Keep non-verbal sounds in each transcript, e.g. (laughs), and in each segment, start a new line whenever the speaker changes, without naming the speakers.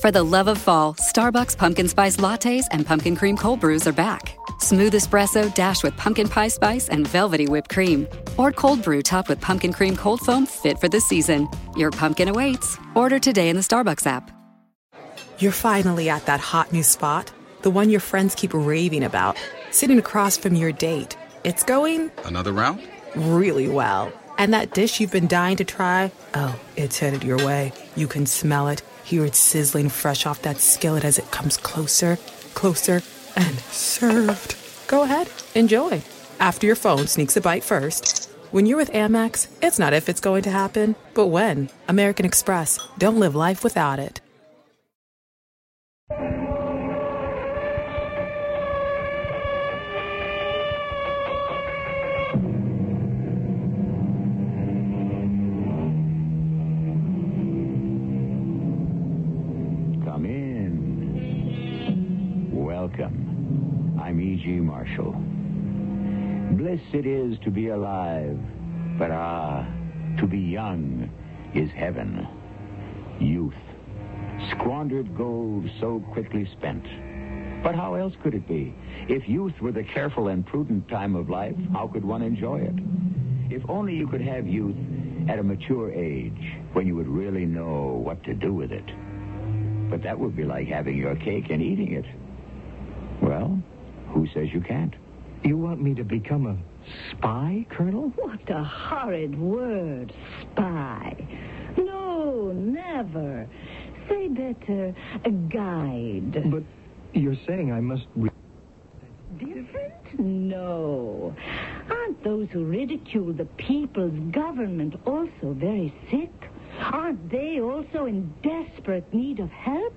For the love of fall, Starbucks pumpkin spice lattes and pumpkin cream cold brews are back. Smooth espresso dashed with pumpkin pie spice and velvety whipped cream. Or cold brew topped with pumpkin cream cold foam fit for the season. Your pumpkin awaits. Order today in the Starbucks app.
You're finally at that hot new spot, the one your friends keep raving about, sitting across from your date. It's going
Another round?
really well. And that dish you've been dying to try, oh, it's headed your way. You can smell it, hear it sizzling fresh off that skillet as it comes closer, closer, and served. Go ahead, enjoy. After your phone sneaks a bite first. When you're with Amex, it's not if it's going to happen, but when. American Express, don't live life without it.
Come in. Welcome. I'm E.G. Marshall. Blessed it is to be alive, but ah, to be young is heaven. Youth. Squandered gold so quickly spent. But how else could it be? If youth were the careful and prudent time of life, how could one enjoy it? If only you could have youth at a mature age, when you would really know what to do with it. But that would be like having your cake and eating it. Well, who says you can't?
You want me to become a spy, Colonel?
What a horrid word, spy. No, never. Say better, a guide.
But you're saying I must. Re-
Different? No. Aren't those who ridicule the people's government also very sick? Aren't they also in desperate need of help?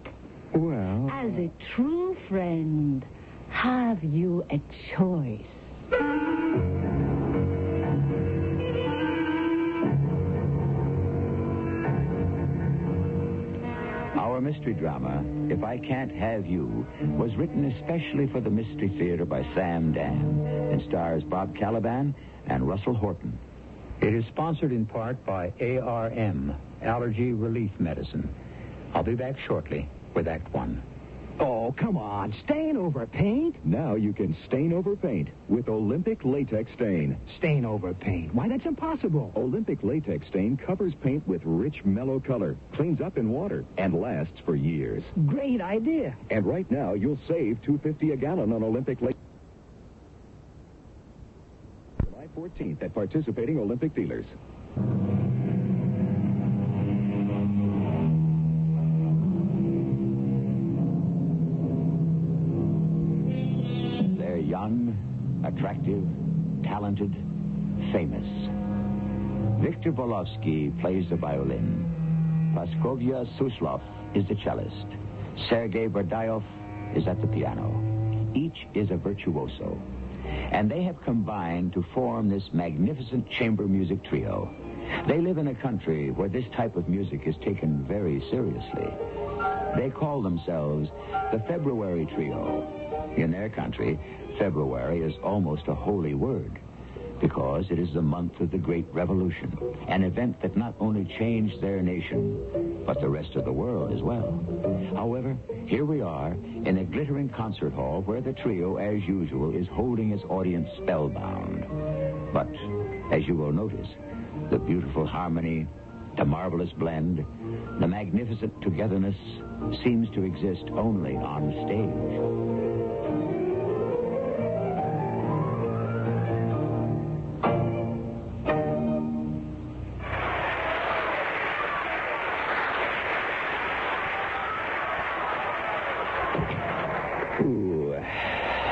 well.
As a true friend, have you a choice?
Our mystery drama, If I Can't Have You, was written especially for the Mystery Theater by Sam Dan and stars Bob Caliban and Russell Horton. It is sponsored in part by ARM, Allergy Relief Medicine. I'll be back shortly with Act One.
Oh, come on. Stain over paint?
Now you can stain over paint with Olympic Latex Stain.
Stain over paint. Why, that's impossible.
Olympic Latex Stain covers paint with rich, mellow color, cleans up in water, and lasts for years.
Great idea.
And right now, you'll save two fifty a gallon on Olympic Lake. July 14th at participating Olympic dealers. They're young, attractive, talented, famous. Victor Volovsky plays the violin. Praskovya Suslov is the cellist. Sergei Berdyaev is at the piano. Each is a virtuoso. And they have combined to form this magnificent chamber music trio. They live in a country where this type of music is taken very seriously. They call themselves the February Trio. In their country, February is almost a holy word because it is the month of the Great Revolution, an event that not only changed their nation, but the rest of the world as well. However, here we are in a glittering concert hall where the trio, as usual, is holding its audience spellbound. But, as you will notice, the beautiful harmony, the marvelous blend, the magnificent togetherness seems to exist only on stage. Ooh,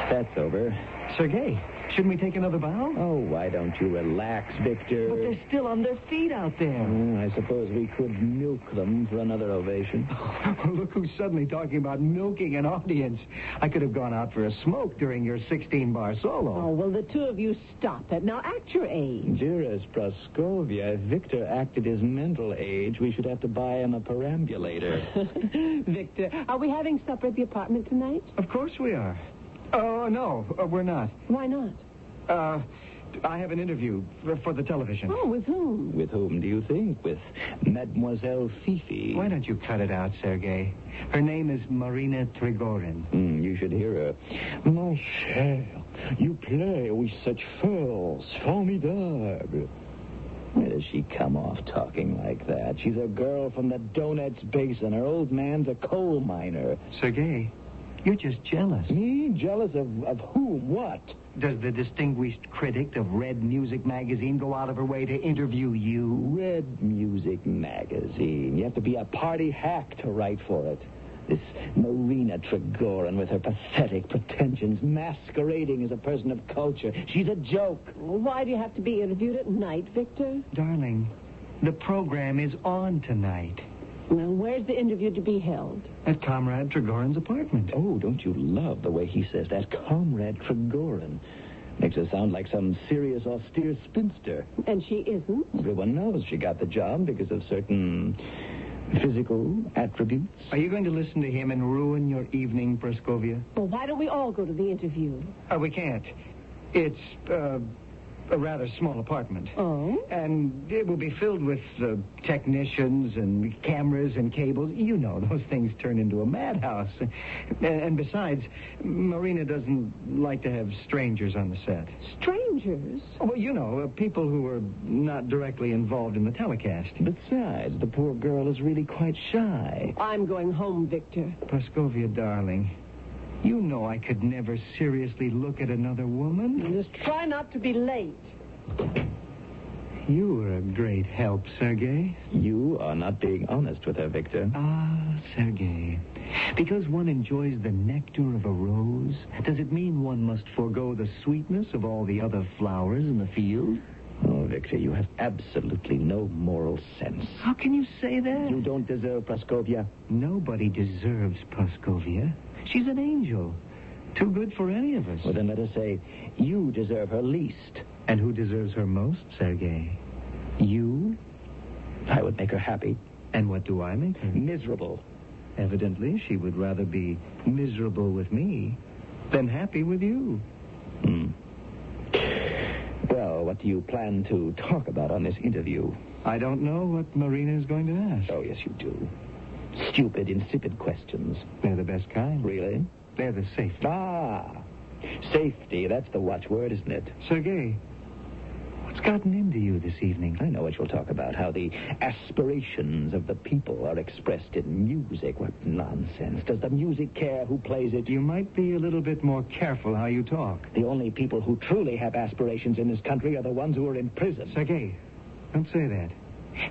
that's over.
Sergei, shouldn't we take another bow?
Oh, why don't you relax, Victor?
But they're still on their feet out there.
Hmm, I suppose we could milk them for another ovation.
(laughs)
(laughs)
Look who's suddenly talking about milking an audience. I could have gone out for a smoke during your 16 bar
Oh,
solo.
well, the two of you stop it. Now, act your age.
Dearest Praskovia, if Victor acted his mental age, we should have to buy him a perambulator.
Oh, Victor, are we having supper at the apartment tonight?
Of course we are. Oh, no, uh, we're not.
Why not?
Uh, I have an interview for, for the television.
Oh, with whom?
With whom do you think? With Mademoiselle Fifi.
Why don't you cut it out, Sergei? Her name is Marina Trigorin.
Mm, you should hear her. My cher, you play with such force formidable. Where does she come off talking like that? She's a girl from the Donuts Basin. Her old man's a coal miner.
Sergei, you're just jealous.
Me? Jealous of, of whom? What?
Does the distinguished critic of Red Music magazine go out of her way to interview you?
Red Music Magazine. You have to be a party hack to write for it. This Marina Tregoran with her pathetic pretensions masquerading as a person of culture. She's a joke.
Why do you have to be interviewed at night, Victor?
Darling, the program is on tonight
Now, where's the interview to be held?
at Comrade Trigorin's apartment.
Oh, don't you love the way he says that? Comrade Tregoran. Makes her sound like some serious, austere spinster.
And she isn't.
Everyone knows she got the job because of certain physical attributes.
Are you going to listen to him and ruin your evening, Praskovia?
Well, why don't we all go to the interview?
Uh, we can't. It's uh, a rather small apartment.
Oh?
And it will be filled with uh, technicians and cameras and cables. You know, (laughs) those things turn into a madhouse. And, and besides, Marina doesn't like to have strangers on the set.
Strangers.
Well, you know, uh, people who are not directly involved in the telecast.
Besides, the poor girl is really quite shy.
I'm going home, Victor.
Praskovia, darling, you know I could never seriously look at another woman.
Just try not to be late.
You were a great help, Sergei.
You are not being honest with her, Victor.
Ah, Sergei. Because one enjoys the nectar of a rose, does it mean one must forego the sweetness of all the other flowers in the field?
Oh, Victor, you have absolutely no moral sense.
How can you say that?
You don't deserve Praskovia.
Nobody deserves Praskovia. She's an angel. Too good for any of us.
Well, then let us say you deserve her least.
And who deserves her most, Sergei? You?
I would make her happy,
And what do I make her?
miserable.
Evidently, she would rather be miserable with me than happy with you.
Well, what do you plan to talk about on this interview?
I don't know what Marina is going to ask.
Oh, yes, you do. Stupid, insipid questions.
They're the best kind.
Really?
They're the safest.
Ah, safety. That's the watchword, isn't it?
Sergei, what's gotten into you this evening?
I know what you'll talk about, how the aspirations of the people are expressed in music. What nonsense. Does the music care who plays it?
You might be a little bit more careful how you talk.
The only people who truly have aspirations in this country are the ones who are in prison.
Sergei, don't say that.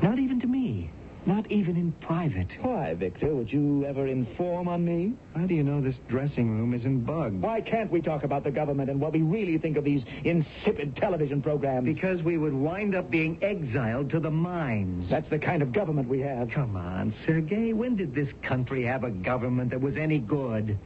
Not even to me. Not even in private.
Why, Victor, would you ever inform on me?
How do you know this dressing room isn't bugged?
Why can't we talk about the government and what we really think of these insipid television programs?
Because we would wind up being exiled to the mines.
that's the kind of government we have.
Come on, Sergei. When did this country have a government that was any good?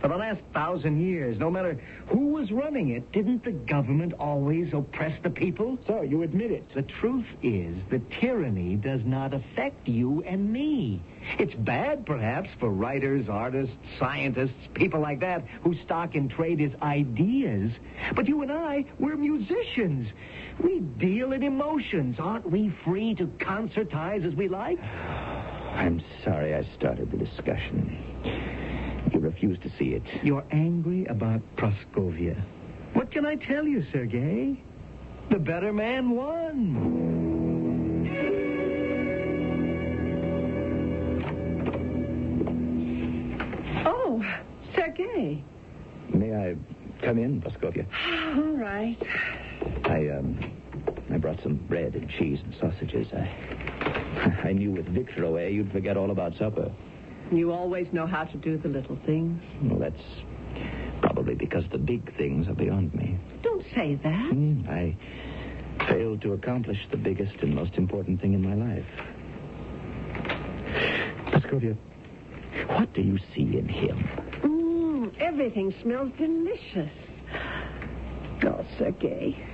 For the last thousand years, no matter who was running it, didn't the government always oppress the people?
So, you admit it.
The truth is that tyranny does not affect you and me. It's bad, perhaps, for writers, artists, scientists, people like that, whose stock in trade is ideas. But you and I, we're musicians. We deal in emotions. Aren't we free to concertize as we like?
I'm sorry I started the discussion. You refuse to see it.
You're angry about Praskovia. What can I tell you, Sergei? The better man won.
Oh, Sergei.
May I come in, Praskovia?
All right.
I um, I brought some bread and cheese and sausages. I (laughs) I knew with Victor away you'd forget all about supper.
You always know how to do the little things.
Well, that's probably because the big things are beyond me.
Don't say that.
Hmm, I failed to accomplish the biggest and most important thing in my life. Praskovia, what do you see in him?
Mm, everything smells delicious. Oh, Sergei.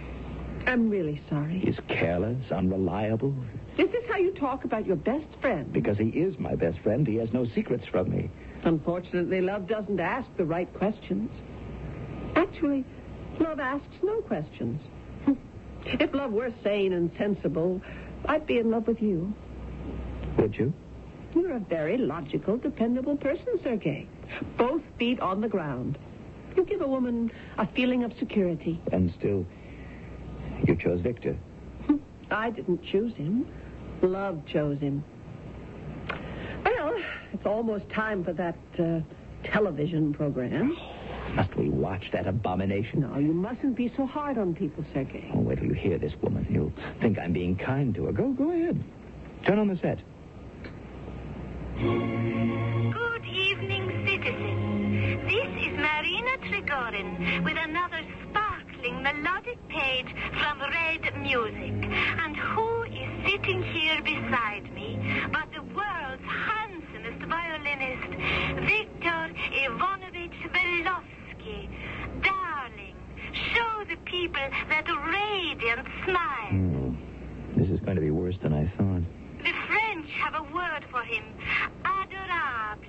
I'm really sorry.
He's careless, unreliable.
Is this how you talk about your best friend?
Because he is my best friend, he has no secrets from me.
Unfortunately, love doesn't ask the right questions. (laughs) Actually, love asks no questions. If love were sane and sensible, I'd be in love with you.
Would you?
You're a very logical, dependable person, Sergey. Both feet on the ground. You give a woman a feeling of security.
And still, you chose Victor.
I didn't choose him. Love chose him. Well, it's almost time for that uh, television program.
Must we watch that abomination?
No, you mustn't be so hard on people, Sergey.
Oh, wait till you hear this woman. You'll think I'm being kind to her. Go, go ahead. Turn on the set.
Good evening, citizens. This is Marina Trigorin with another sparkling melodic page from Red Music. And who is sitting here beside me but the world's handsomest violinist, Viktor Ivanovich Belovsky? Darling, show the people that radiant smile.
Hmm. This is going to be worse than I thought.
The French have a word for him. Adorable.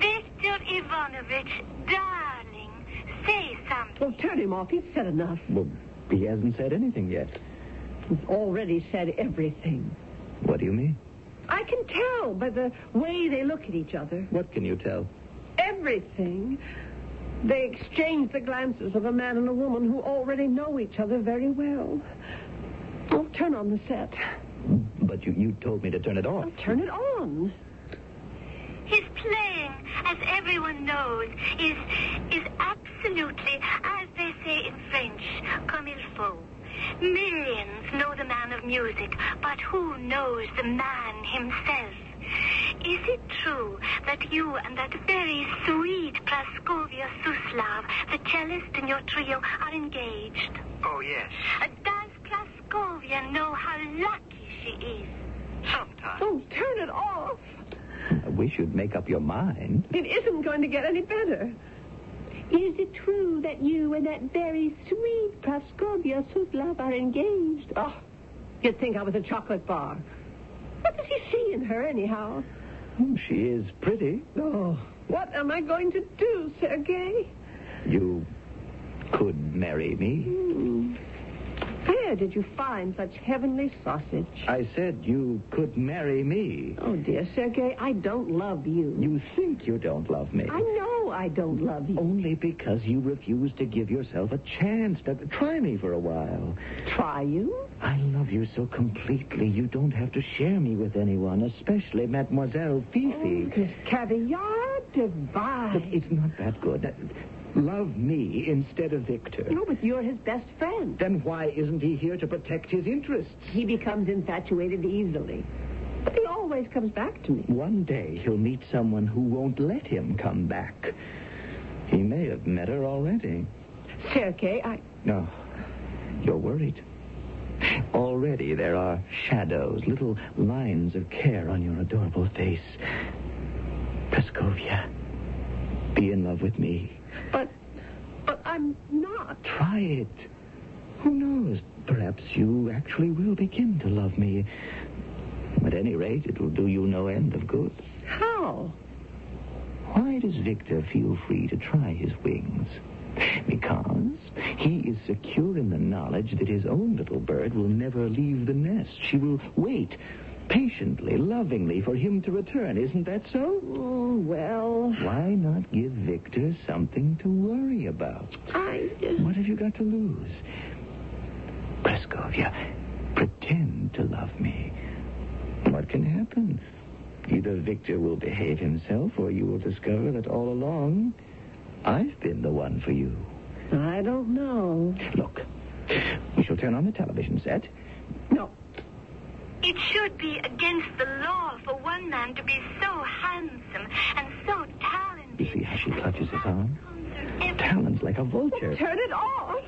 Victor Ivanovich, darling, say something.
Well, turn him off. He's said enough.
Well, he hasn't said anything yet.
He's already said everything.
What do you mean?
I can tell by the way they look at each other.
What can you tell?
Everything. They exchange the glances of a man and a woman who already know each other very well. Oh, turn on the set.
But you, you told me to turn it off.
Oh, turn it on.
His playing, as everyone knows, is is absolutely, as they say in French, comme il faut. Millions know the man of music, but who knows the man himself? Is it true that you and that very sweet Praskovia Suslav, the cellist in your trio, are engaged?
Oh, yes.
Uh, Does Praskovia know how lucky she is?
Sometimes.
Oh, turn it off.
I wish you'd make up your mind.
It isn't going to get any better.
Is it true that you and that very sweet Praskovia Suslov are engaged?
Oh, you'd think I was a chocolate bar. What does he see in her, anyhow?
She is pretty.
Oh, what am I going to do, Sergey?
You could marry me.
Where did you find such heavenly sausage?
I said you could marry me.
Oh, dear, Sergey, I don't love you.
You think you don't love me.
I know I don't love you.
Only because you refuse to give yourself a chance to try me for a while.
Try you?
I love you so completely, you don't have to share me with anyone, especially Mademoiselle Fifi.
This caviar
But
divine.
it's not that good. Love me instead of Victor.
No, but you're his best friend.
Then why isn't he here to protect his interests?
He becomes infatuated easily. But he always comes back to me.
One day he'll meet someone who won't let him come back. He may have met her already.
Sergey, I.
No, you're worried. Already there are shadows, little lines of care on your adorable face. Praskovia, be in love with me.
But. But I'm not.
Try it. Who knows? Perhaps you actually will begin to love me. At any rate, it will do you no end of good.
How?
Why does Victor feel free to try his wings? Because he is secure in the knowledge that his own little bird will never leave the nest. She will wait patiently, lovingly for him to return. Isn't that so?
Oh, well,
Why not give Victor something to worry about?
I.
What have you got to lose? Praskovia, pretend to love me. What can happen? Either Victor will behave himself, or you will discover that all along I've been the one for you.
I don't know.
Look, we shall turn on the television set.
No.
It should be against the law for one man to be so handsome and so talented.
You see how she clutches his arm?
Concert every
Talons like a vulture.
Turn it off.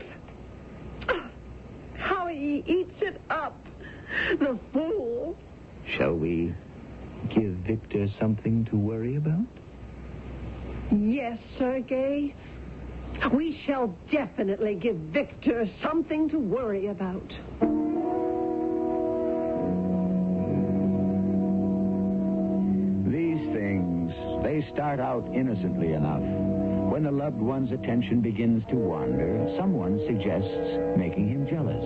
How he eats it up. The fool.
Shall we give Victor something to worry about?
Yes, Sergey. We shall definitely give Victor something to worry about.
These things, they start out innocently enough. When a loved one's attention begins to wander, someone suggests making him jealous.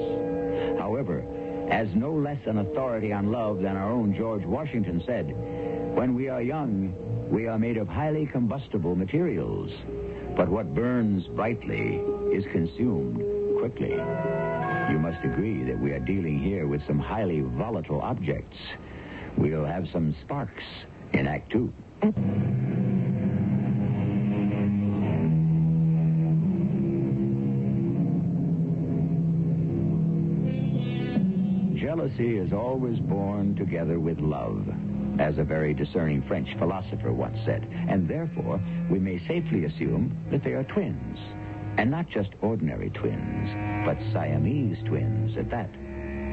However, as no less an authority on love than our own George Washington said, when we are young, we are made of highly combustible materials. But what burns brightly is consumed quickly. You must agree that we are dealing here with some highly volatile objects. We'll have some sparks in Act Two. Jealousy is always born together with love, as a very discerning French philosopher once said, and therefore we may safely assume that they are twins. And not just ordinary twins, but Siamese twins at that.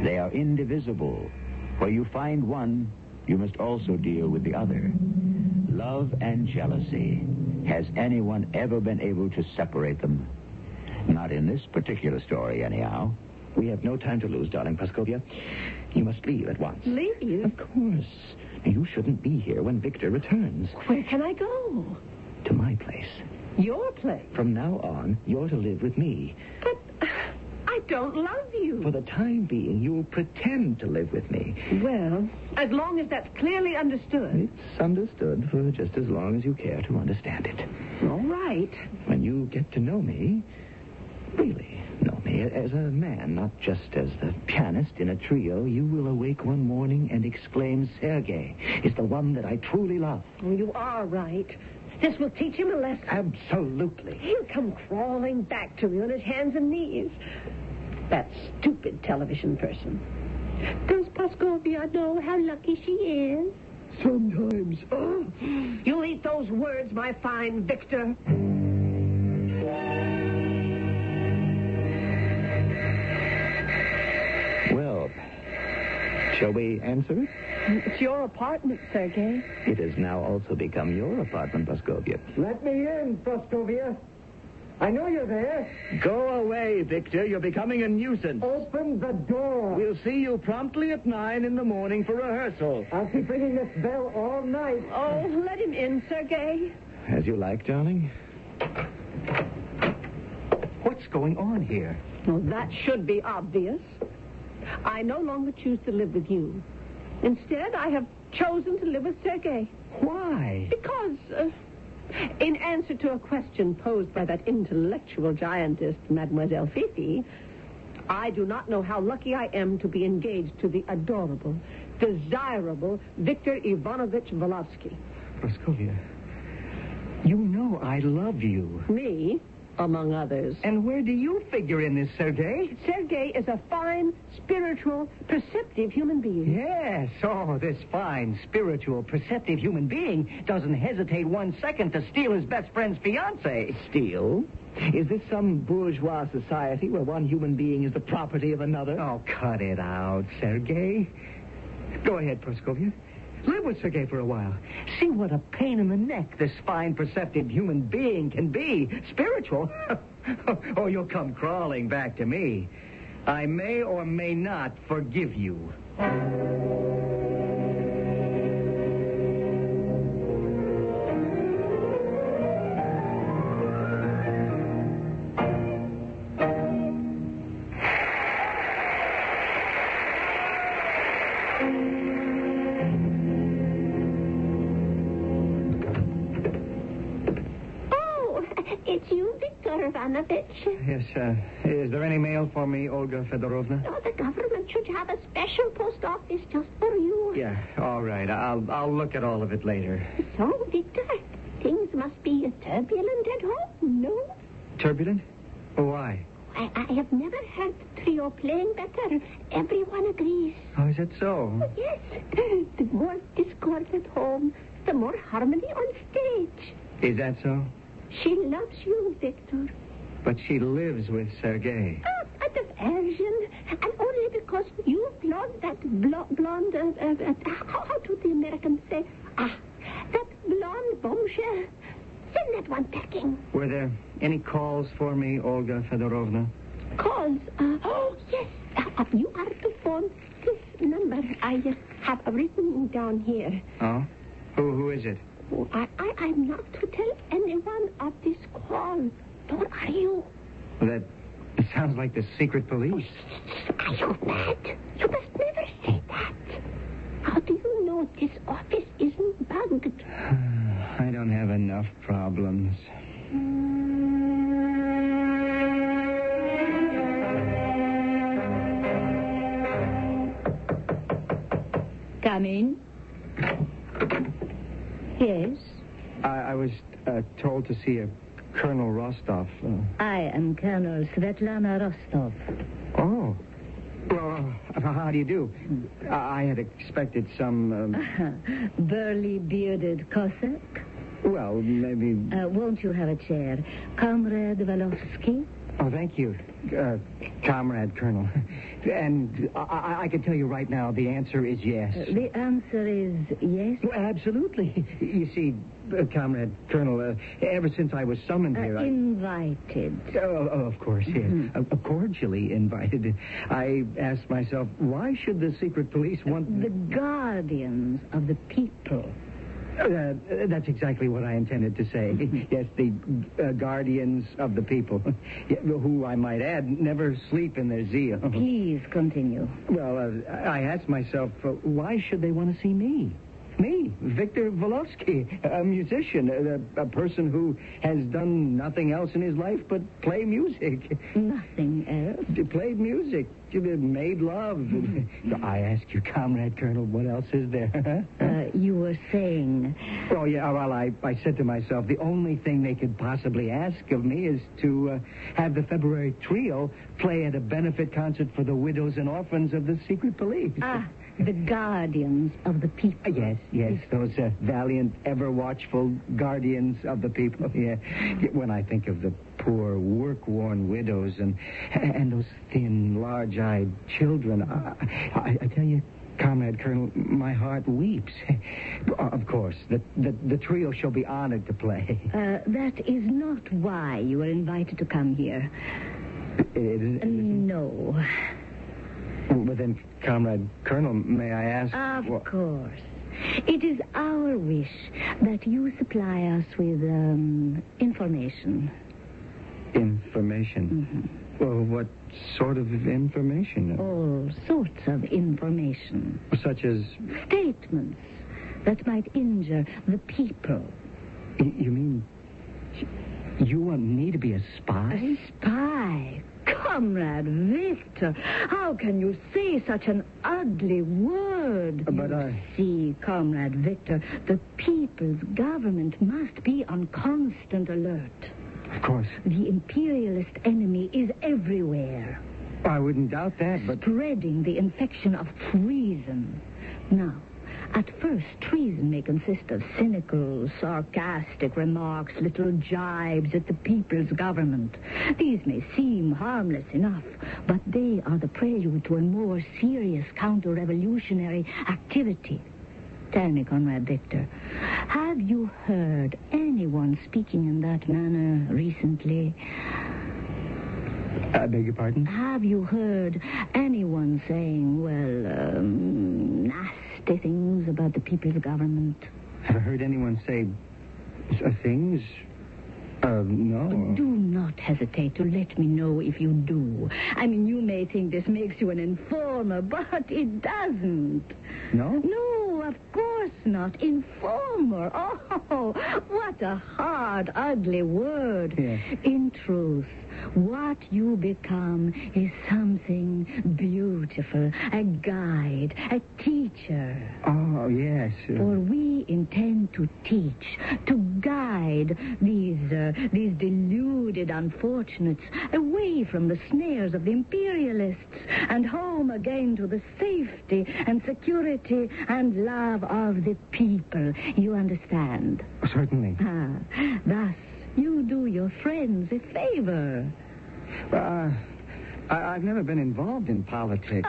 They are indivisible. Where you find one, you must also deal with the other. Love and jealousy. Has anyone ever been able to separate them? Not in this particular story, anyhow.
We have no time to lose, darling Praskovia. You must leave at once.
Leave you?
Of course. You shouldn't be here when Victor returns.
Where can I go?
To my place.
Your place.
From now on, you're to live with me.
But I don't love you.
For the time being, you'll pretend to live with me.
Well, as long as that's clearly understood.
It's understood for just as long as you care to understand it.
All right.
When you get to know me, really know me as a man, not just as the pianist in a trio, you will awake one morning and exclaim, Sergei is the one that I truly love.
You are right. This will teach him a lesson.
Absolutely.
He'll come crawling back to me on his hands and knees. That stupid television person. Does Pascovia know how lucky she is?
Sometimes.
Oh. You'll eat those words, my fine Victor.
Well, shall we answer it?
It's your apartment, Sergei.
It has now also become your apartment, Praskovia.
Let me in, Praskovia. I know you're there.
Go away, Victor. You're becoming a nuisance.
Open the door.
We'll see you promptly at nine in the morning for rehearsal.
I'll keep ringing this bell all night.
Oh, let him in, Sergei.
As you like, darling.
What's going on here?
Well, that should be obvious. I no longer choose to live with you. Instead, I have chosen to live with Sergei.
Why?
Because, uh, in answer to a question posed by that intellectual giantess, Mademoiselle Fifi, I do not know how lucky I am to be engaged to the adorable, desirable Victor Ivanovich Volovsky.
Praskovia, you know I love you.
Me, among others.
And where do you figure in this, Sergei?
Sergei is a fine, spiritual, perceptive human being.
Yes. Oh, this fine, spiritual, perceptive human being doesn't hesitate one second to steal his best friend's fiancée.
Steele? Is this some bourgeois society where one human being is the property of another?
Oh, cut it out, Sergei. Go ahead, Praskovia. Live with Sergei for a while. See what a pain in the neck this fine, perceptive human being can be. Spiritual. (laughs) oh, you'll come crawling back to me. I may or may not forgive you.
Oh, (laughs) it's you, Viktor Ivanovich.
Yes, uh, is there any mail for me, Olga Fedorovna?
Oh, the government should have a special post office just for you.
Yeah, all right. I'll, I'll look at all of it later.
So, Victor, things must be turbulent at home, no?
Turbulent? Why?
I, I have never heard the trio playing better. Everyone agrees.
Oh, is that so?
Yes, (laughs) the more discord at home, the more harmony on stage.
Is that so?
She loves you, Victor.
But she lives with Sergei.
Oh, a diversion. And only because you blonde, that blo- blonde, uh, uh, uh, how, how do the Americans say? Ah, that blonde bombshell. Send that one packing.
Were there any calls for me, Olga Fedorovna?
Calls. Uh, oh, yes. Uh, you are to phone this number I uh, have written down here.
Oh? Who, who is it?
Oh, I, I, I'm not to tell anyone of this call. Nor are you.
That Sounds like the secret police.
Are you mad? You must never say that. How do you know this office isn't bugged?
I don't have enough problems.
Come in. Yes,
I, I was uh, told to see a Colonel Rostov. Uh,
I am Colonel Svetlana Rostov.
oh. Well, uh, how do you do? I I had expected some.
(laughs)
Um,
Burly bearded Cossack.
well, maybe.
Uh, won't you have a chair? Comrade Valovsky?
Oh, thank you, uh, Comrade Colonel. And I- I, I can tell you right now the answer is yes.
Uh, The answer is yes.
Well, absolutely. You see, uh, Comrade Colonel, uh, ever since I was summoned
Uh, Mm-hmm.
here, I.
invited.
Oh, oh, of course, yes. Uh, cordially invited. I asked myself, why should the secret police want.
The guardians of the people.
Uh, that's exactly what I intended to say. (laughs) yes, the uh, guardians of the people, (laughs) Yeah, who, I might add, never sleep in their zeal. (laughs)
Please continue.
Well, uh, I asked myself, uh, why should they want to see me? Me, Victor Volovsky, a musician, uh, a, a person who has done nothing else in his life but play music. (laughs)
Nothing else.
Played music, made love. (laughs) I ask you, Comrade Colonel, what else is there? (laughs)
Uh, you were saying,
Oh, yeah, well, I, I said to myself, the only thing they could possibly ask of me is to uh, have the February trio play at a benefit concert for the widows and orphans of the secret police. Ah,
ah, the guardians of the people.
Yes, yes, those uh, valiant, ever watchful guardians of the people. (laughs) Yeah, when I think of the poor, work-worn widows and and those thin, large-eyed children, I, I, I tell you, Comrade Colonel, my heart weeps. (laughs) Of course, the, the the trio shall be honored to play. (laughs)
Uh, that is not why you were invited to come here.
It is-
No.
well, then, Comrade Colonel, may I ask?
Of
Well,
course. It is our wish that you supply us with um, information.
information. Well, what sort of information?
Oh.
All sorts of information.
Such as
Statements that might injure the people.
Y- You mean you want me to be a spy?
A spy. Comrade Victor, how can you say such an ugly word?
Uh, But
You
I-
See, Comrade Victor, the people's government must be on constant alert.
Of course.
The imperialist enemy is everywhere,
I wouldn't doubt that, but
spreading the infection of treason. Now, at first, treason may consist of cynical, sarcastic remarks, little jibes at the people's government. These may seem harmless enough, but they are the prelude to a more serious counter-revolutionary activity. Tell me, Conrad Victor, have you heard anyone speaking in that manner recently?
I beg your pardon?
Have you heard anyone saying, well, um, nasty things about the people's government?
Have I heard anyone say s- uh, things? Uh, no.
Do not hesitate to let me know if you do. I mean, you may think this makes you an informer, (laughs) but it doesn't.
No?
No, of course not. Informer. Oh, what a hard, ugly word.
Yes.
In truth, what you become is something beautiful a guide, a teacher.
Oh, yes.
Uh-huh.
For we intend to teach, to guide these uh, these deluded unfortunates away from the snares of the imperialists and home again to the safety and security and love of the people. You understand?
Certainly.
Ah, thus you do your friends a favor.
Uh, I, I've never been involved in politics,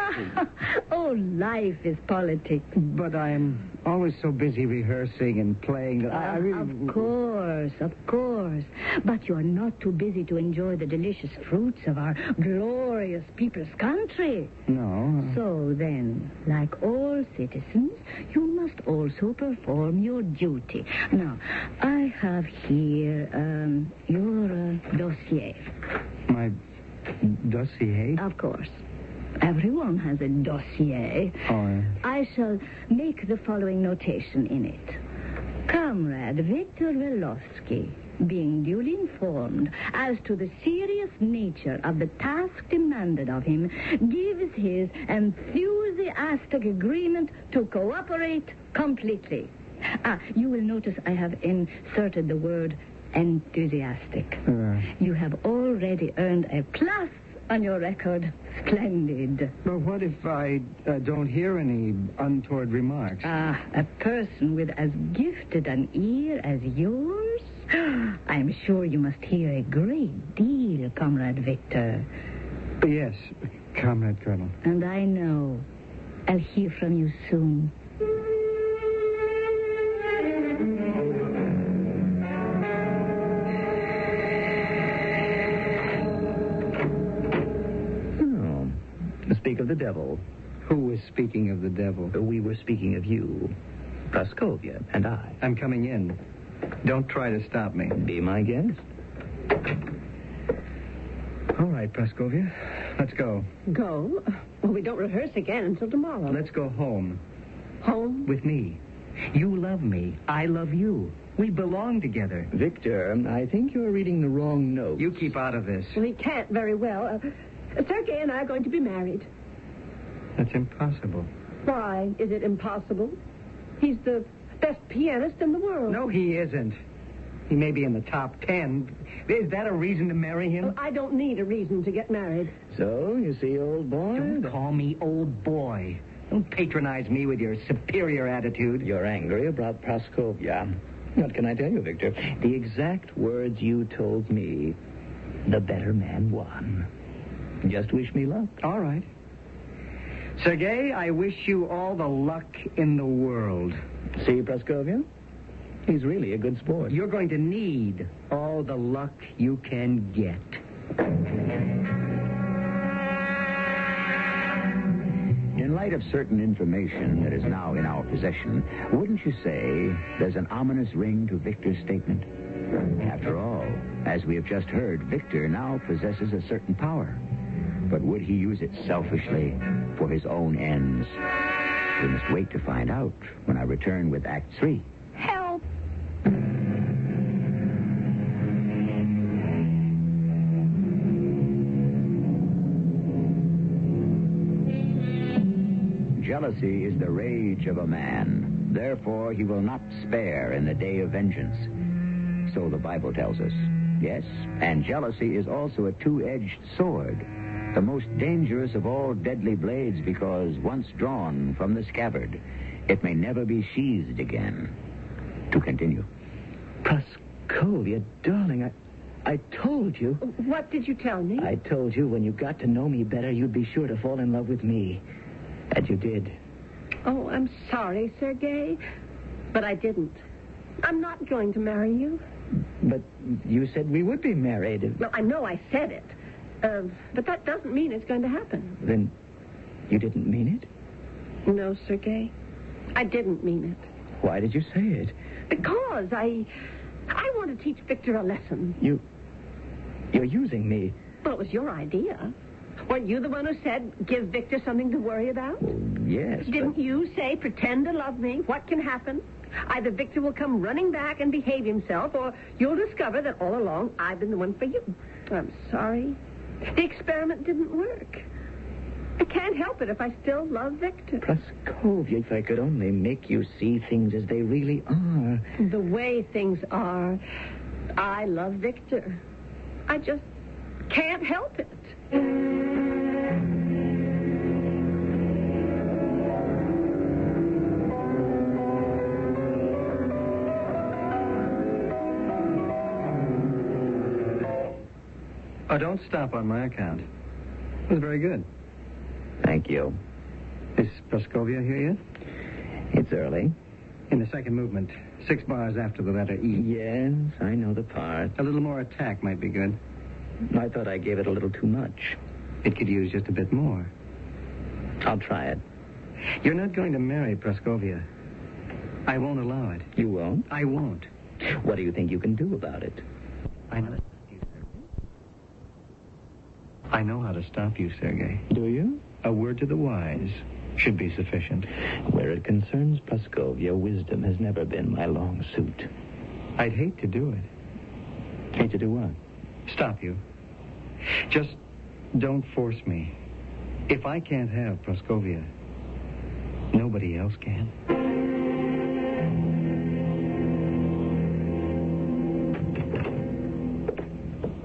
oh, life is politics.
but I'm always so busy rehearsing and playing that I, I
Ah,
really.
Of course, of course. But you are not too busy to enjoy the delicious fruits of our glorious people's country.
No.
So then, like all citizens, you must also perform your duty. Now, I have here um, your uh, dossier.
My Dossier?
Of course. Everyone has a dossier.
Oh,
I shall make the following notation in it. Comrade Victor Velosky, being duly informed as to the serious nature of the task demanded of him, gives his enthusiastic agreement to cooperate completely. Ah, you will notice I have inserted the word enthusiastic.
uh,
You have already earned a plus on your record. Splendid.
But what if I uh, don't hear any untoward remarks?
Ah, a person with as gifted an ear as yours? (gasps) I'm sure you must hear a great deal, Comrade Victor.
Uh, yes, Comrade Colonel.
And I know I'll hear from you soon.
Oh. Speak of the devil. Uh,
Who was speaking of the devil?
We were speaking of you, Praskovia, and I.
I'm coming in. Don't try to stop me.
Be my guest.
All right, Praskovia. Let's go.
Go? Well, we don't rehearse again until tomorrow.
Let's go home
Home?
with me. You love me. I love you. We belong together.
Victor, um, I think you're reading the wrong note.
You keep out of this.
Well, he can't very well. Uh, Sergey and I are going to be married.
That's impossible.
Why is it impossible? He's the best pianist in the world.
No, he isn't. He may be in the top ten. Is that a reason to marry
Well,
him?
I don't need a reason to get married.
So, you see, old boy,
Don't call me old boy. Don't patronize me with your superior attitude.
you're angry about Praskovia. What can I tell you, Victor? The exact words you told me, the better man won. Just wish me luck.
All right. Sergey, I wish you all the luck in the world.
See, Praskovia? He's really a good sport.
You're going to need all the luck you can get.
In light of certain information that is now in our possession, wouldn't you say there's an ominous ring to Victor's statement? After all, as we have just heard, Victor now possesses a certain power. But would he use it selfishly for his own ends? We must wait to find out when I return with Act Three.
Help!
Jealousy is the rage of a man. Therefore, he will not spare in the day of vengeance. So the Bible tells us. Yes, and jealousy is also a two edged sword, the most dangerous of all deadly blades because once drawn from the scabbard, it may never be sheathed again. To continue.
Praskovia, darling, I, I told you.
What did you tell me?
I told you when you got to know me better, you'd be sure to fall in love with me. And you did.
Oh, I'm sorry, Sergey, but I didn't. I'm not going to marry you.
But you said we would be married.
Well, I know I said it, uh, but that doesn't mean it's going to happen.
Then you didn't mean it?
No, Sergey, I didn't mean it.
Why did you say it?
Because I, I want to teach Victor a lesson.
You. You're using me.
Well, it was your idea. Weren't you the one who said, give Victor something to worry about?
Yes.
Didn't you say, pretend to love me? What can happen? Either Victor will come running back and behave himself, or you'll discover that all along I've been the one for you. I'm sorry. The experiment didn't work. I can't help it if I still love Victor.
Praskovia, if I could only make you see things as they really are.
The way things are, I love Victor. I just can't help it.
Oh, don't stop on my account. It was very good.
Thank you.
Is Praskovia here yet?
It's early.
In the second movement, six bars after the letter E.
Yes, I know the part.
A little more attack might be good.
I thought I gave it a little too much.
It could use just a bit more.
I'll try it.
You're not going to marry Praskovia. I won't allow it.
You won't?
I won't.
What do you think you can do about it?
I know. I know how to stop you, Sergei.
Do you?
A word to the wise should be sufficient.
Where it concerns Praskovia, wisdom has never been my long suit.
I'd hate to do it.
Hate to do what?
Stop you. Just don't force me. If I can't have Praskovia, nobody else can.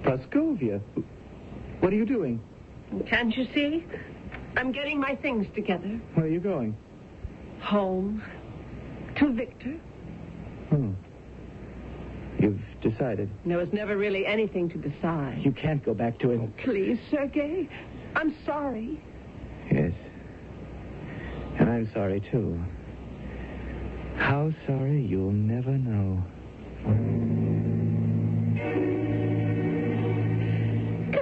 Praskovia, what are you doing?
Can't you see? I'm getting my things together.
Where are you going?
Home. To Victor.
You've decided.
There was never really anything to decide.
You can't go back to him.
Please, Sergei. I'm sorry.
Yes. And I'm sorry, too. How sorry you'll never know.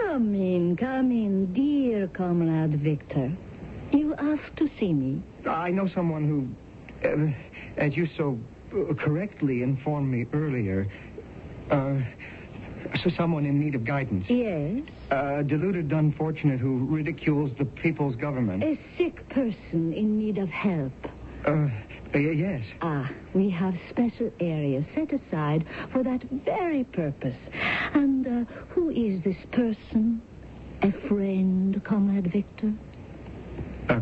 Come in, come in, dear comrade Victor. You asked to see me.
I know someone who, uh, as you so uh, correctly informed me earlier, uh, so someone in need of guidance.
Yes,
A deluded unfortunate who ridicules the people's government.
a sick person in need of help.
Uh, y- yes.
Ah, we have special areas set aside for that very purpose. And uh, who is this person? A friend, comrade Victor?
A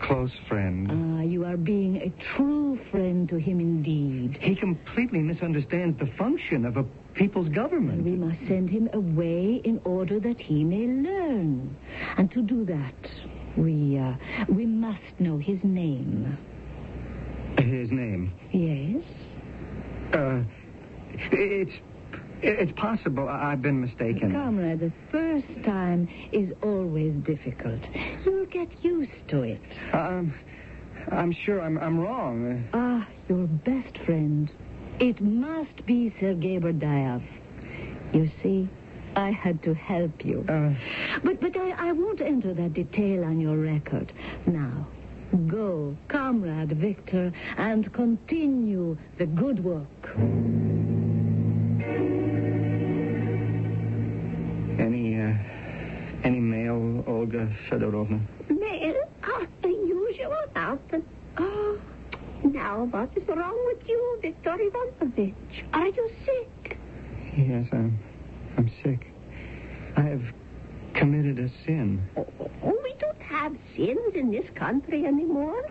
close friend.
Ah, you are being a true friend to him indeed.
He completely misunderstands the function of a people's government.
We must send him away in order that he may learn. And to do that, we uh, we must know his name.
His name.
Yes.
Uh, it's it's possible I- I've been mistaken.
Comrade, the first time is always difficult. You'll get used to it.
Um, I'm sure I'm I'm wrong.
Ah, your best friend. It must be Sergei Berdaev. You see, I had to help you.
Uh,
But but I, I won't enter that detail on your record. Now, go, comrade Victor, and continue the good work.
any uh, any mail, Olga Fedorovna?
Mail after usual alphabet. Oh, now what is wrong with you, Viktor Ivanovich? Are you sick?
Yes, I'm I'm sick. I have committed a sin.
Oh, we don't have sins in this country anymore.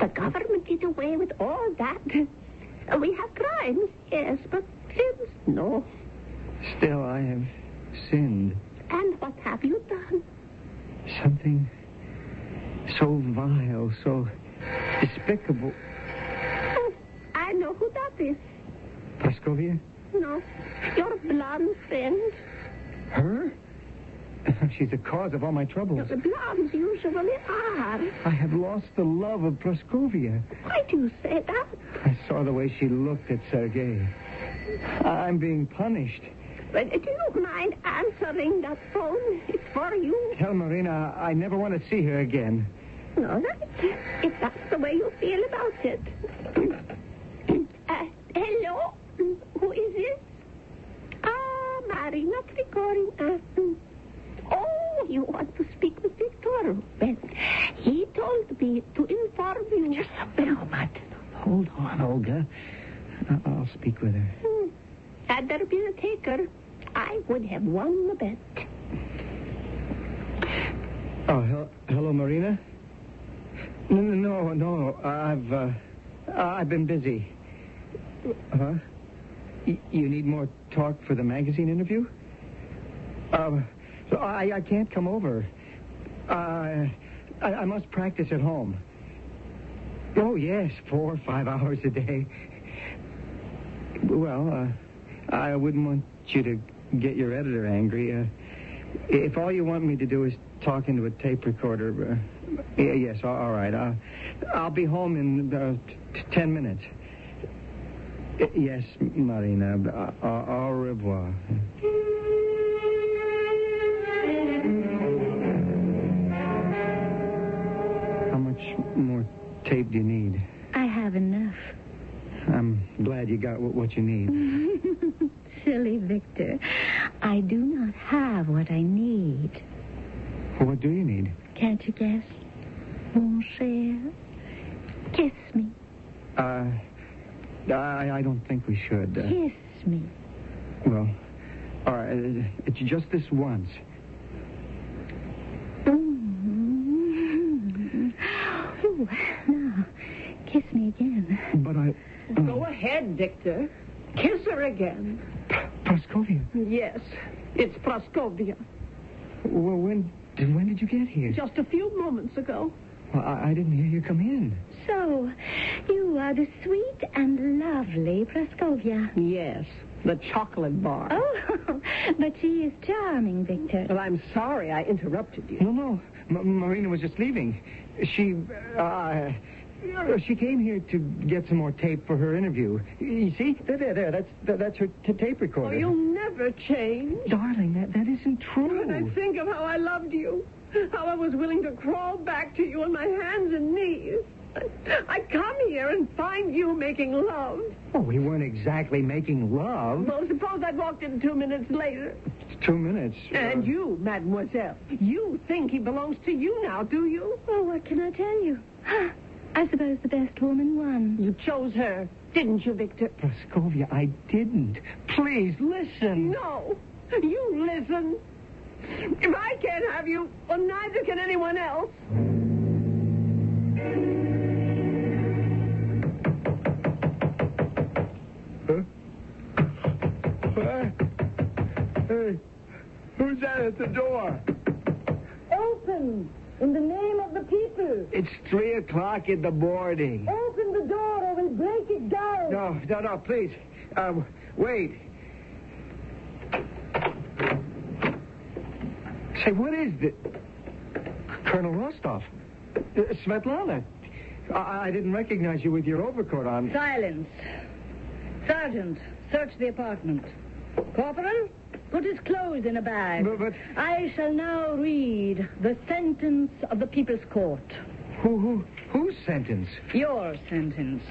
The government did away with all that. We have crimes, yes, but sins, no.
Still, I have sinned.
And what have you done?
Something so vile, so despicable.
Oh, I know who that is.
Praskovia?
No, your blonde friend.
Her? (laughs) She's the cause of all my troubles.
The blondes usually are.
I have lost the love of Praskovia.
Why do you say that?
I saw the way she looked at Sergei. I'm being punished.
Well, do you mind answering that phone? It's for you.
Tell Marina I never want to see her again.
All right. If that's the way you feel about it. (clears throat) uh, hello? Who is this? Ah, Marina Trigorin. Uh, oh, you want to speak with Victor? Well, he told me to inform you. Just a moment.
Hold on, Olga. I- I'll speak with her.
Had there been a taker, I would have won the bet.
Oh, hel- hello, Marina. No, no, no. no. I've uh, I've been busy. Huh? Y- you need more talk for the magazine interview? Um, so I I can't come over. Uh, I I must practice at home. Oh yes, four or five (laughs) hours a day. Well, uh, I wouldn't want you to get your editor angry. Uh, if all you want me to do is talk into a tape recorder, uh, y- yes, a- all right. I'll, I'll be home in uh, t- t- ten minutes. Y- Yes, Marina. Uh, au- au revoir. How much more tape do you need?
I have enough. Mm.
I'm glad you got wh- what you need.
Silly Victor. I do not have what I need.
Well, what do you need?
Can't you guess? Mon cher, kiss me,
Uh, I, I don't think we should. Uh,
kiss me.
well, all right. uh, It's just this once.
Ooh, now, kiss me again.
But I.
Go ahead, Victor. Kiss her again.
Praskovia.
Yes, it's Praskovia.
Well, when did, when did you get here?
Just a few moments ago.
Well, I, I didn't hear you come in.
So, you are the sweet and lovely Praskovia.
Yes, the chocolate bar.
Oh, but she is charming, Victor.
Well, I'm sorry I interrupted you.
No, no. M- Marina was just leaving. She. Uh, she came here to get some more tape for her interview. You see? There, there, there. That's, that, that's her t- tape
Oh,
recorder.
you'll never change.
Darling, that, that isn't true.
When I think of how I loved you, how I was willing to crawl back to you on my hands and knees, I come here and find you making love.
Oh, we weren't exactly making love.
Well, suppose I walked in two minutes later.
It's two minutes.
And you, mademoiselle, you think he belongs to you now, do you?
Oh, what can I tell
(gasps)
you? I suppose the best woman won.
You chose her, didn't you, Victor?
Uh, Praskovia, I didn't. Please, listen.
No. You listen. If I can't have you, well, neither can anyone else.
Hey, hey, who's that at the door?
Open in the name of the people.
It's three o'clock in the morning.
Open the door or we'll break it down.
No, no, no, please. Um, wait. Say, what is this? Colonel Rostov. Uh, Svetlana. I-, I didn't recognize you with your overcoat on.
Silence. Sergeant, search the apartment. Corporal, put his clothes in a bag.
But- but-
I shall now read the sentence of the People's Court.
Who, who, whose sentence?
Your sentence.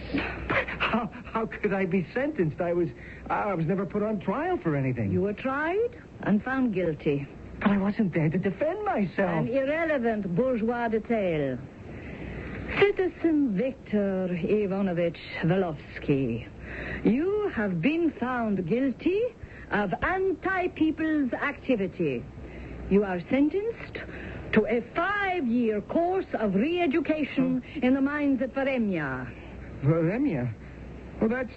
How, how could I be sentenced? I was, I was never put on trial for anything.
You were tried and found guilty.
But I wasn't there to defend myself.
An irrelevant bourgeois detail. Citizen Victor Ivanovich Velovsky, you have been found guilty Ah, of anti-people's activity. You are sentenced to a five-year course of re-education in the mines at Varemia.
Veremia. Well, that's,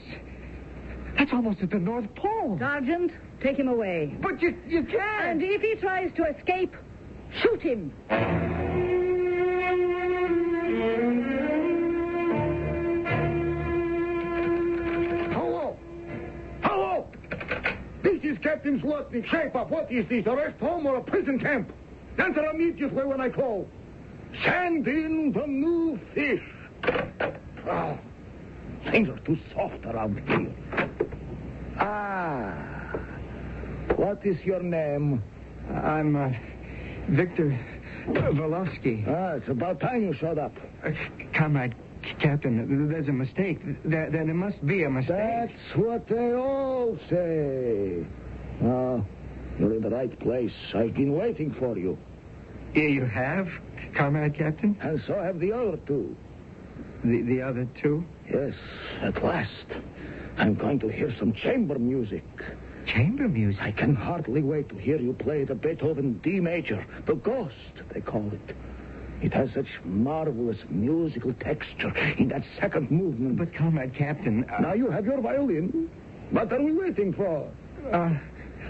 that's almost at the North Pole.
Sergeant, take him away.
But you, you can't.
And if he tries to escape, shoot him.
Hello! Hello! This is Captain Zlotnik. Shape up. What is this? A rest home or a prison camp? Answer immediately when I call. Send in the new fish. Ah, things are too soft around here. Ah, what is your name?
I'm uh, Victor Volosky.
Ah, it's about time you showed up.
Uh, comrade C- Captain, th- there's a mistake. There, there, there must be a mistake.
That's what they all say. Ah, you're in the right place. I've been waiting for you.
Here you have, comrade Captain.
And so have the other two.
The, the other two.
Yes, at last. I'm going to hear some chamber music.
Chamber music.
I can hardly wait to hear you play the Beethoven D major, the Ghost, they call it. It has such marvelous musical texture in that second movement.
But comrade Captain, uh,
now you have your violin. What are we waiting for?
uh,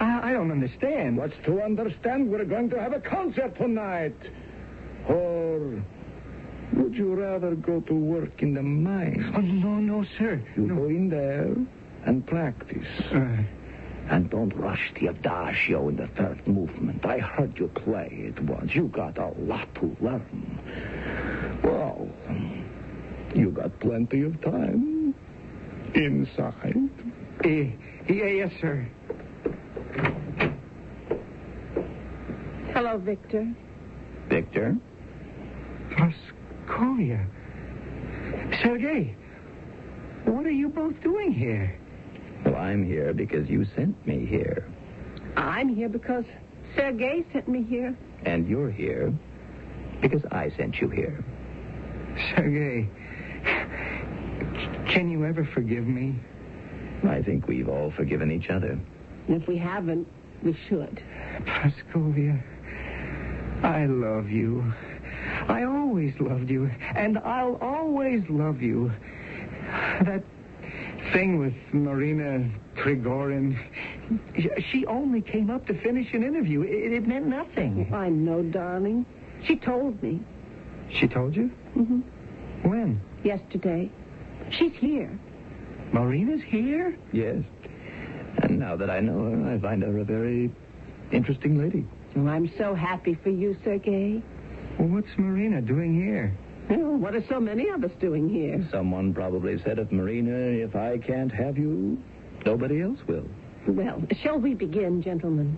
I, I don't understand.
What's to understand? We're going to have a concert tonight. Or would you rather go to work in the mine?
Oh, no, no, sir.
You
no.
go in there and practice.
Uh,
And don't rush the adagio in the third movement. I heard you play it once. You got a lot to learn. Well, you got plenty of time inside.
eh, yeah, yes, sir.
Hello, Victor.
Victor?
Praskovia. Sergei, what are you both doing here?
Well, I'm here because you sent me here.
I'm here because Sergei sent me here.
And you're here because I sent you here.
Sergey, can you ever forgive me?
I think we've all forgiven each other.
And if we haven't, we should.
Praskovia, I love you. I always loved you, and I'll always love you. That thing with Marina Trigorin, she only came up to finish an interview. It, it meant nothing.
I know, darling. She told me
She told you? Mm-hmm. When?
yesterday. She's here.
Marina's here?
Yes. And now that I know her, I find her a very interesting lady.
Oh, I'm so happy for you, Sergei.
Well, what's Marina doing here?
Oh, what are so many of us doing here?
Someone probably said of Marina, if I can't have you, nobody else will.
Well, shall we begin, gentlemen?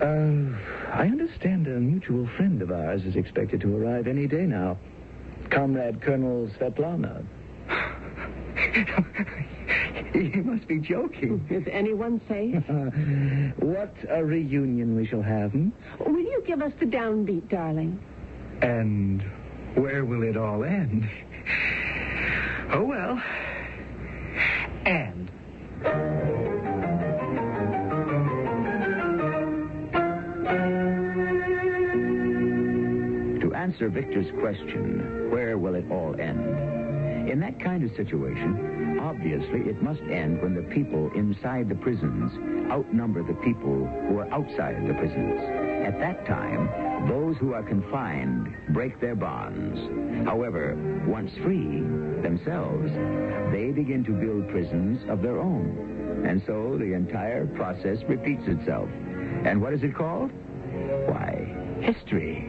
Uh, I understand a mutual friend of ours is expected to arrive any day now. Comrade Colonel
(sighs)
Svetlana.
you must be joking.
Is anyone safe?
Uh, what a reunion we shall have, hmm?
Will you give us the downbeat, darling?
And where will it all end? Oh, well. And.
To answer Victor's question, where will it all end? In that kind of situation, obviously it must end when the people inside the prisons outnumber the people who are outside the prisons. At that time, those who are confined break their bonds. However, once free themselves, they begin to build prisons of their own. And so the entire process repeats itself. And what is it called? Why, history.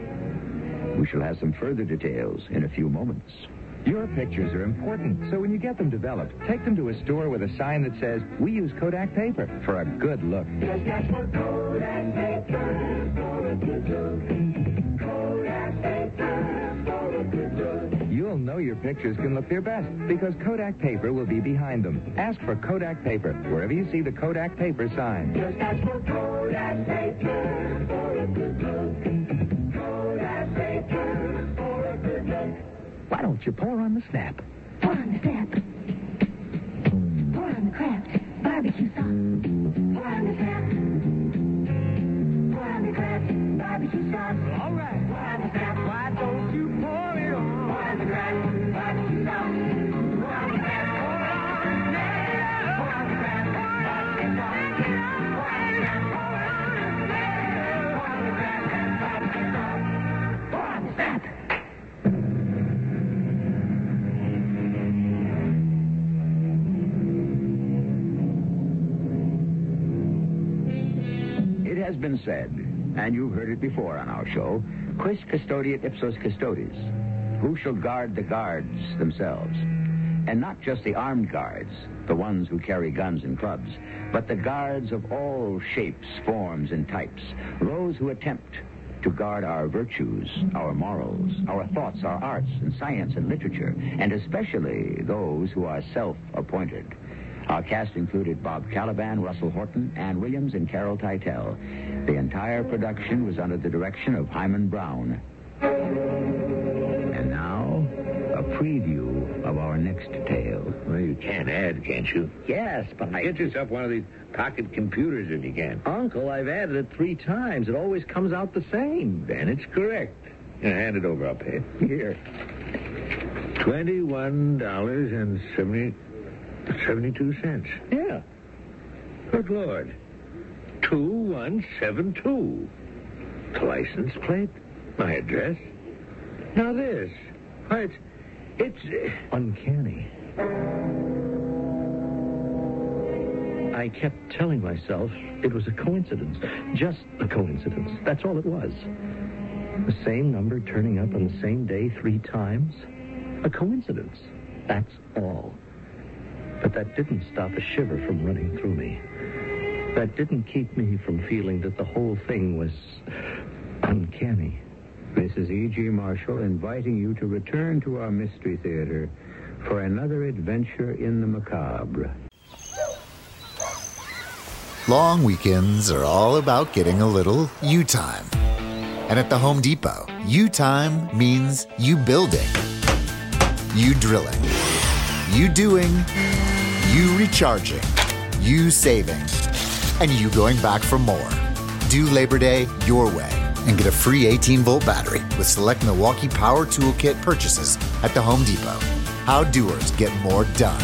We shall have some further details in a few moments.
Your pictures are important, so when you get them developed, take them to a store with a sign that says, We use Kodak paper for a good look. You'll know your pictures can look their best because Kodak paper will be behind them. Ask for Kodak paper wherever you see the Kodak paper sign. Why don't you pour on the snap?
Pour on the snap. Pour on the Kraft barbecue sauce. Pour on the snap. Pour on the Kraft barbecue sauce.
All right.
Pour on the snap.
Why don't you pour it on?
Pour on the Kraft barbecue sauce. Pour on the Kraft. Pour on the Kraft barbecue sauce. Pour on the Kraft. Pour on the Kraft barbecue sauce. Pour on the snap.
It has been said, and you've heard it before on our show, quis custodiet ipsos custodes. Who shall guard the guards themselves? And not just the armed guards, the ones who carry guns and clubs, but the guards of all shapes, forms, and types. Those who attempt to guard our virtues, our morals, our thoughts, our arts, and science and literature, and especially those who are self-appointed. Our cast included Bob Caliban, Russell Horton, Ann Williams, and Carol Titel. The entire production was under the direction of Hyman Brown. And now, a preview of our next tale.
Well, you can add, can't you?
Yes, but I.
Get yourself one of these pocket computers if you can.
Uncle, I've added it three times. It always comes out the same.
Then it's correct. Now, hand it over, I'll pay it.
(laughs) Here.
Twenty-one dollars and seventy, seventy-two cents.
Yeah.
Good Lord. Two one seven two. The license plate. My address. Now this. Why, it's it's uh,
Uncanny. I kept telling myself it was a coincidence. Just a coincidence. That's all it was. The same number turning up on the same day three times. A coincidence. That's all. But that didn't stop a shiver from running through me. That didn't keep me from feeling that the whole thing was uncanny.
Mrs. E.G. E Marshall inviting you to return to our Mystery Theater for another adventure in the macabre.
Long weekends are all about getting a little you time. And at the Home Depot, you time means you building, you drilling, you doing, you recharging, you saving, and you going back for more. Do Labor Day your way and get a free 18 volt battery with select Milwaukee Power Toolkit purchases at the Home Depot. How doers get more done.